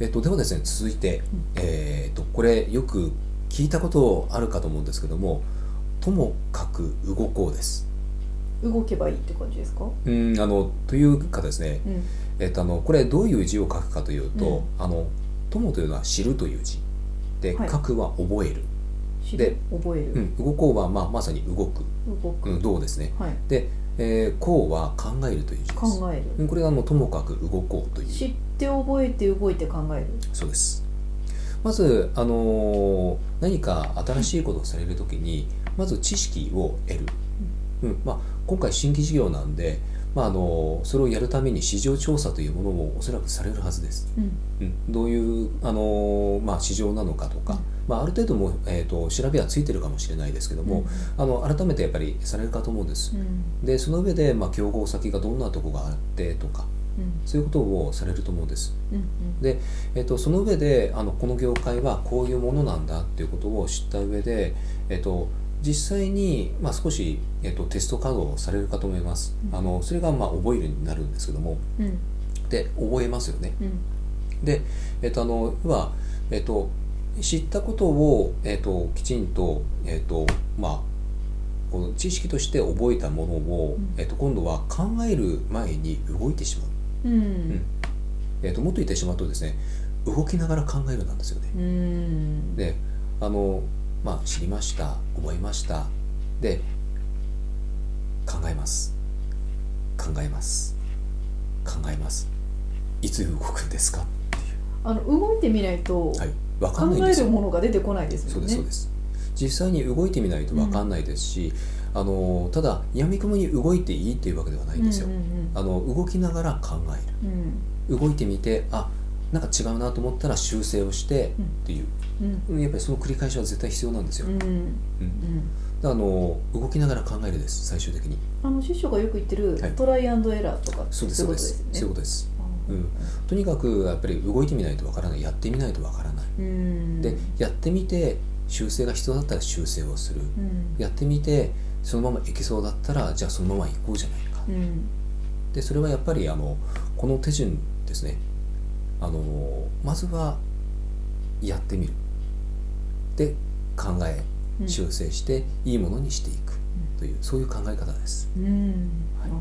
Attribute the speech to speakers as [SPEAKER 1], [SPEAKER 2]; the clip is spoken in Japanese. [SPEAKER 1] えっと、ではですね続いて、えっとこれよく聞いたことあるかと思うんですけどもともかく動こうです。
[SPEAKER 2] 動けばいいって感じですか
[SPEAKER 1] うんあのというかですね、
[SPEAKER 2] うん
[SPEAKER 1] えっと、あのこれどういう字を書くかというと「あのとも」というのは「知る」という字で「
[SPEAKER 2] はい
[SPEAKER 1] 書く」は「覚える」
[SPEAKER 2] 知
[SPEAKER 1] で
[SPEAKER 2] る覚え
[SPEAKER 1] う
[SPEAKER 2] る、
[SPEAKER 1] ん「動こう」は、まあ、まさに「動く」
[SPEAKER 2] 動く、
[SPEAKER 1] うん「どう」ですね
[SPEAKER 2] はい
[SPEAKER 1] で「えーこう」は「考える」という字です
[SPEAKER 2] 考え
[SPEAKER 1] う
[SPEAKER 2] る
[SPEAKER 1] んこれがあのともかく動こうという
[SPEAKER 2] 知って覚えて動いて考える
[SPEAKER 1] そうですまず、あのー何か新しいことをされるときにまず知識を得る、うんまあ、今回新規事業なんで、まああのーそれをやるために市場調査というものもおそらくされるはずです、
[SPEAKER 2] うん
[SPEAKER 1] うん、どういう、あのーまあ、市場なのかとか、
[SPEAKER 2] うん
[SPEAKER 1] まあ、ある程度もう、えー、と調べはついてるかもしれないですけども、あの改めてやっぱりされるかと思うんです
[SPEAKER 2] うん
[SPEAKER 1] でその上で、まあ、競合先がどんなとこがあってとか
[SPEAKER 2] うん
[SPEAKER 1] そういうことをされると思うんです
[SPEAKER 2] うん
[SPEAKER 1] えっと、その上であのこの業界はこういうものなんだっていうことを知った上で、えっと、実際に、まあ、少し、えっと、テスト稼働をされるかと思います、
[SPEAKER 2] うん
[SPEAKER 1] あのそれが、まあ、覚えるになるんですけども
[SPEAKER 2] うんうん
[SPEAKER 1] で覚えますよね
[SPEAKER 2] うん
[SPEAKER 1] で、えっと、あの要は、えっと、知ったことを、えっと、きちんと、えっとまあ、この知識として覚えたものを、
[SPEAKER 2] うん
[SPEAKER 1] えっと、今度は考える前に動いてしまう、
[SPEAKER 2] うん
[SPEAKER 1] えっと、もっと言ってしまうとですね動きながら考えるなんですよね
[SPEAKER 2] うん
[SPEAKER 1] であのまあ知りました思いましたで考えます考えます考えますいつ動くんですか
[SPEAKER 2] あの動いてみないと
[SPEAKER 1] はい分か
[SPEAKER 2] 考
[SPEAKER 1] んないんで
[SPEAKER 2] え
[SPEAKER 1] す
[SPEAKER 2] る
[SPEAKER 1] よ
[SPEAKER 2] ものが出てこないです
[SPEAKER 1] そ
[SPEAKER 2] も
[SPEAKER 1] うんで
[SPEAKER 2] ね
[SPEAKER 1] すそうです実際に動いてみないと分かんないですし、あのただやみくもに動いていいっていうわけではないんですよ、
[SPEAKER 2] うんうん
[SPEAKER 1] あの動きながら考え
[SPEAKER 2] うん
[SPEAKER 1] る動いてみてあなんか違うなと思ったら修正をして
[SPEAKER 2] うん
[SPEAKER 1] っていう、
[SPEAKER 2] うん
[SPEAKER 1] うんやっぱりその繰り返しは絶対必要なんですよ、
[SPEAKER 2] うんうん
[SPEAKER 1] うん
[SPEAKER 2] うん
[SPEAKER 1] あの動きながら考えるです最終的に
[SPEAKER 2] あの師匠がよく言ってる、
[SPEAKER 1] はい
[SPEAKER 2] トライアンドエラーとか
[SPEAKER 1] そうです
[SPEAKER 2] い
[SPEAKER 1] そう
[SPEAKER 2] こ
[SPEAKER 1] で
[SPEAKER 2] とです
[SPEAKER 1] す
[SPEAKER 2] よね
[SPEAKER 1] そういうことです
[SPEAKER 2] う
[SPEAKER 1] うんとにかくやっぱり動いてみないとわからないやってみないとわからない
[SPEAKER 2] ん
[SPEAKER 1] でやってみて修正が必要だったら修正をする
[SPEAKER 2] うん
[SPEAKER 1] やってみてそのままいけそうだったらじゃあそのまま行こうじゃないか
[SPEAKER 2] うん
[SPEAKER 1] でそれはやっぱりあのこの手順ですねあのまずはやってみるで考え
[SPEAKER 2] うん
[SPEAKER 1] 修正していいものにしていくというそういう考え方です
[SPEAKER 2] うんなるほど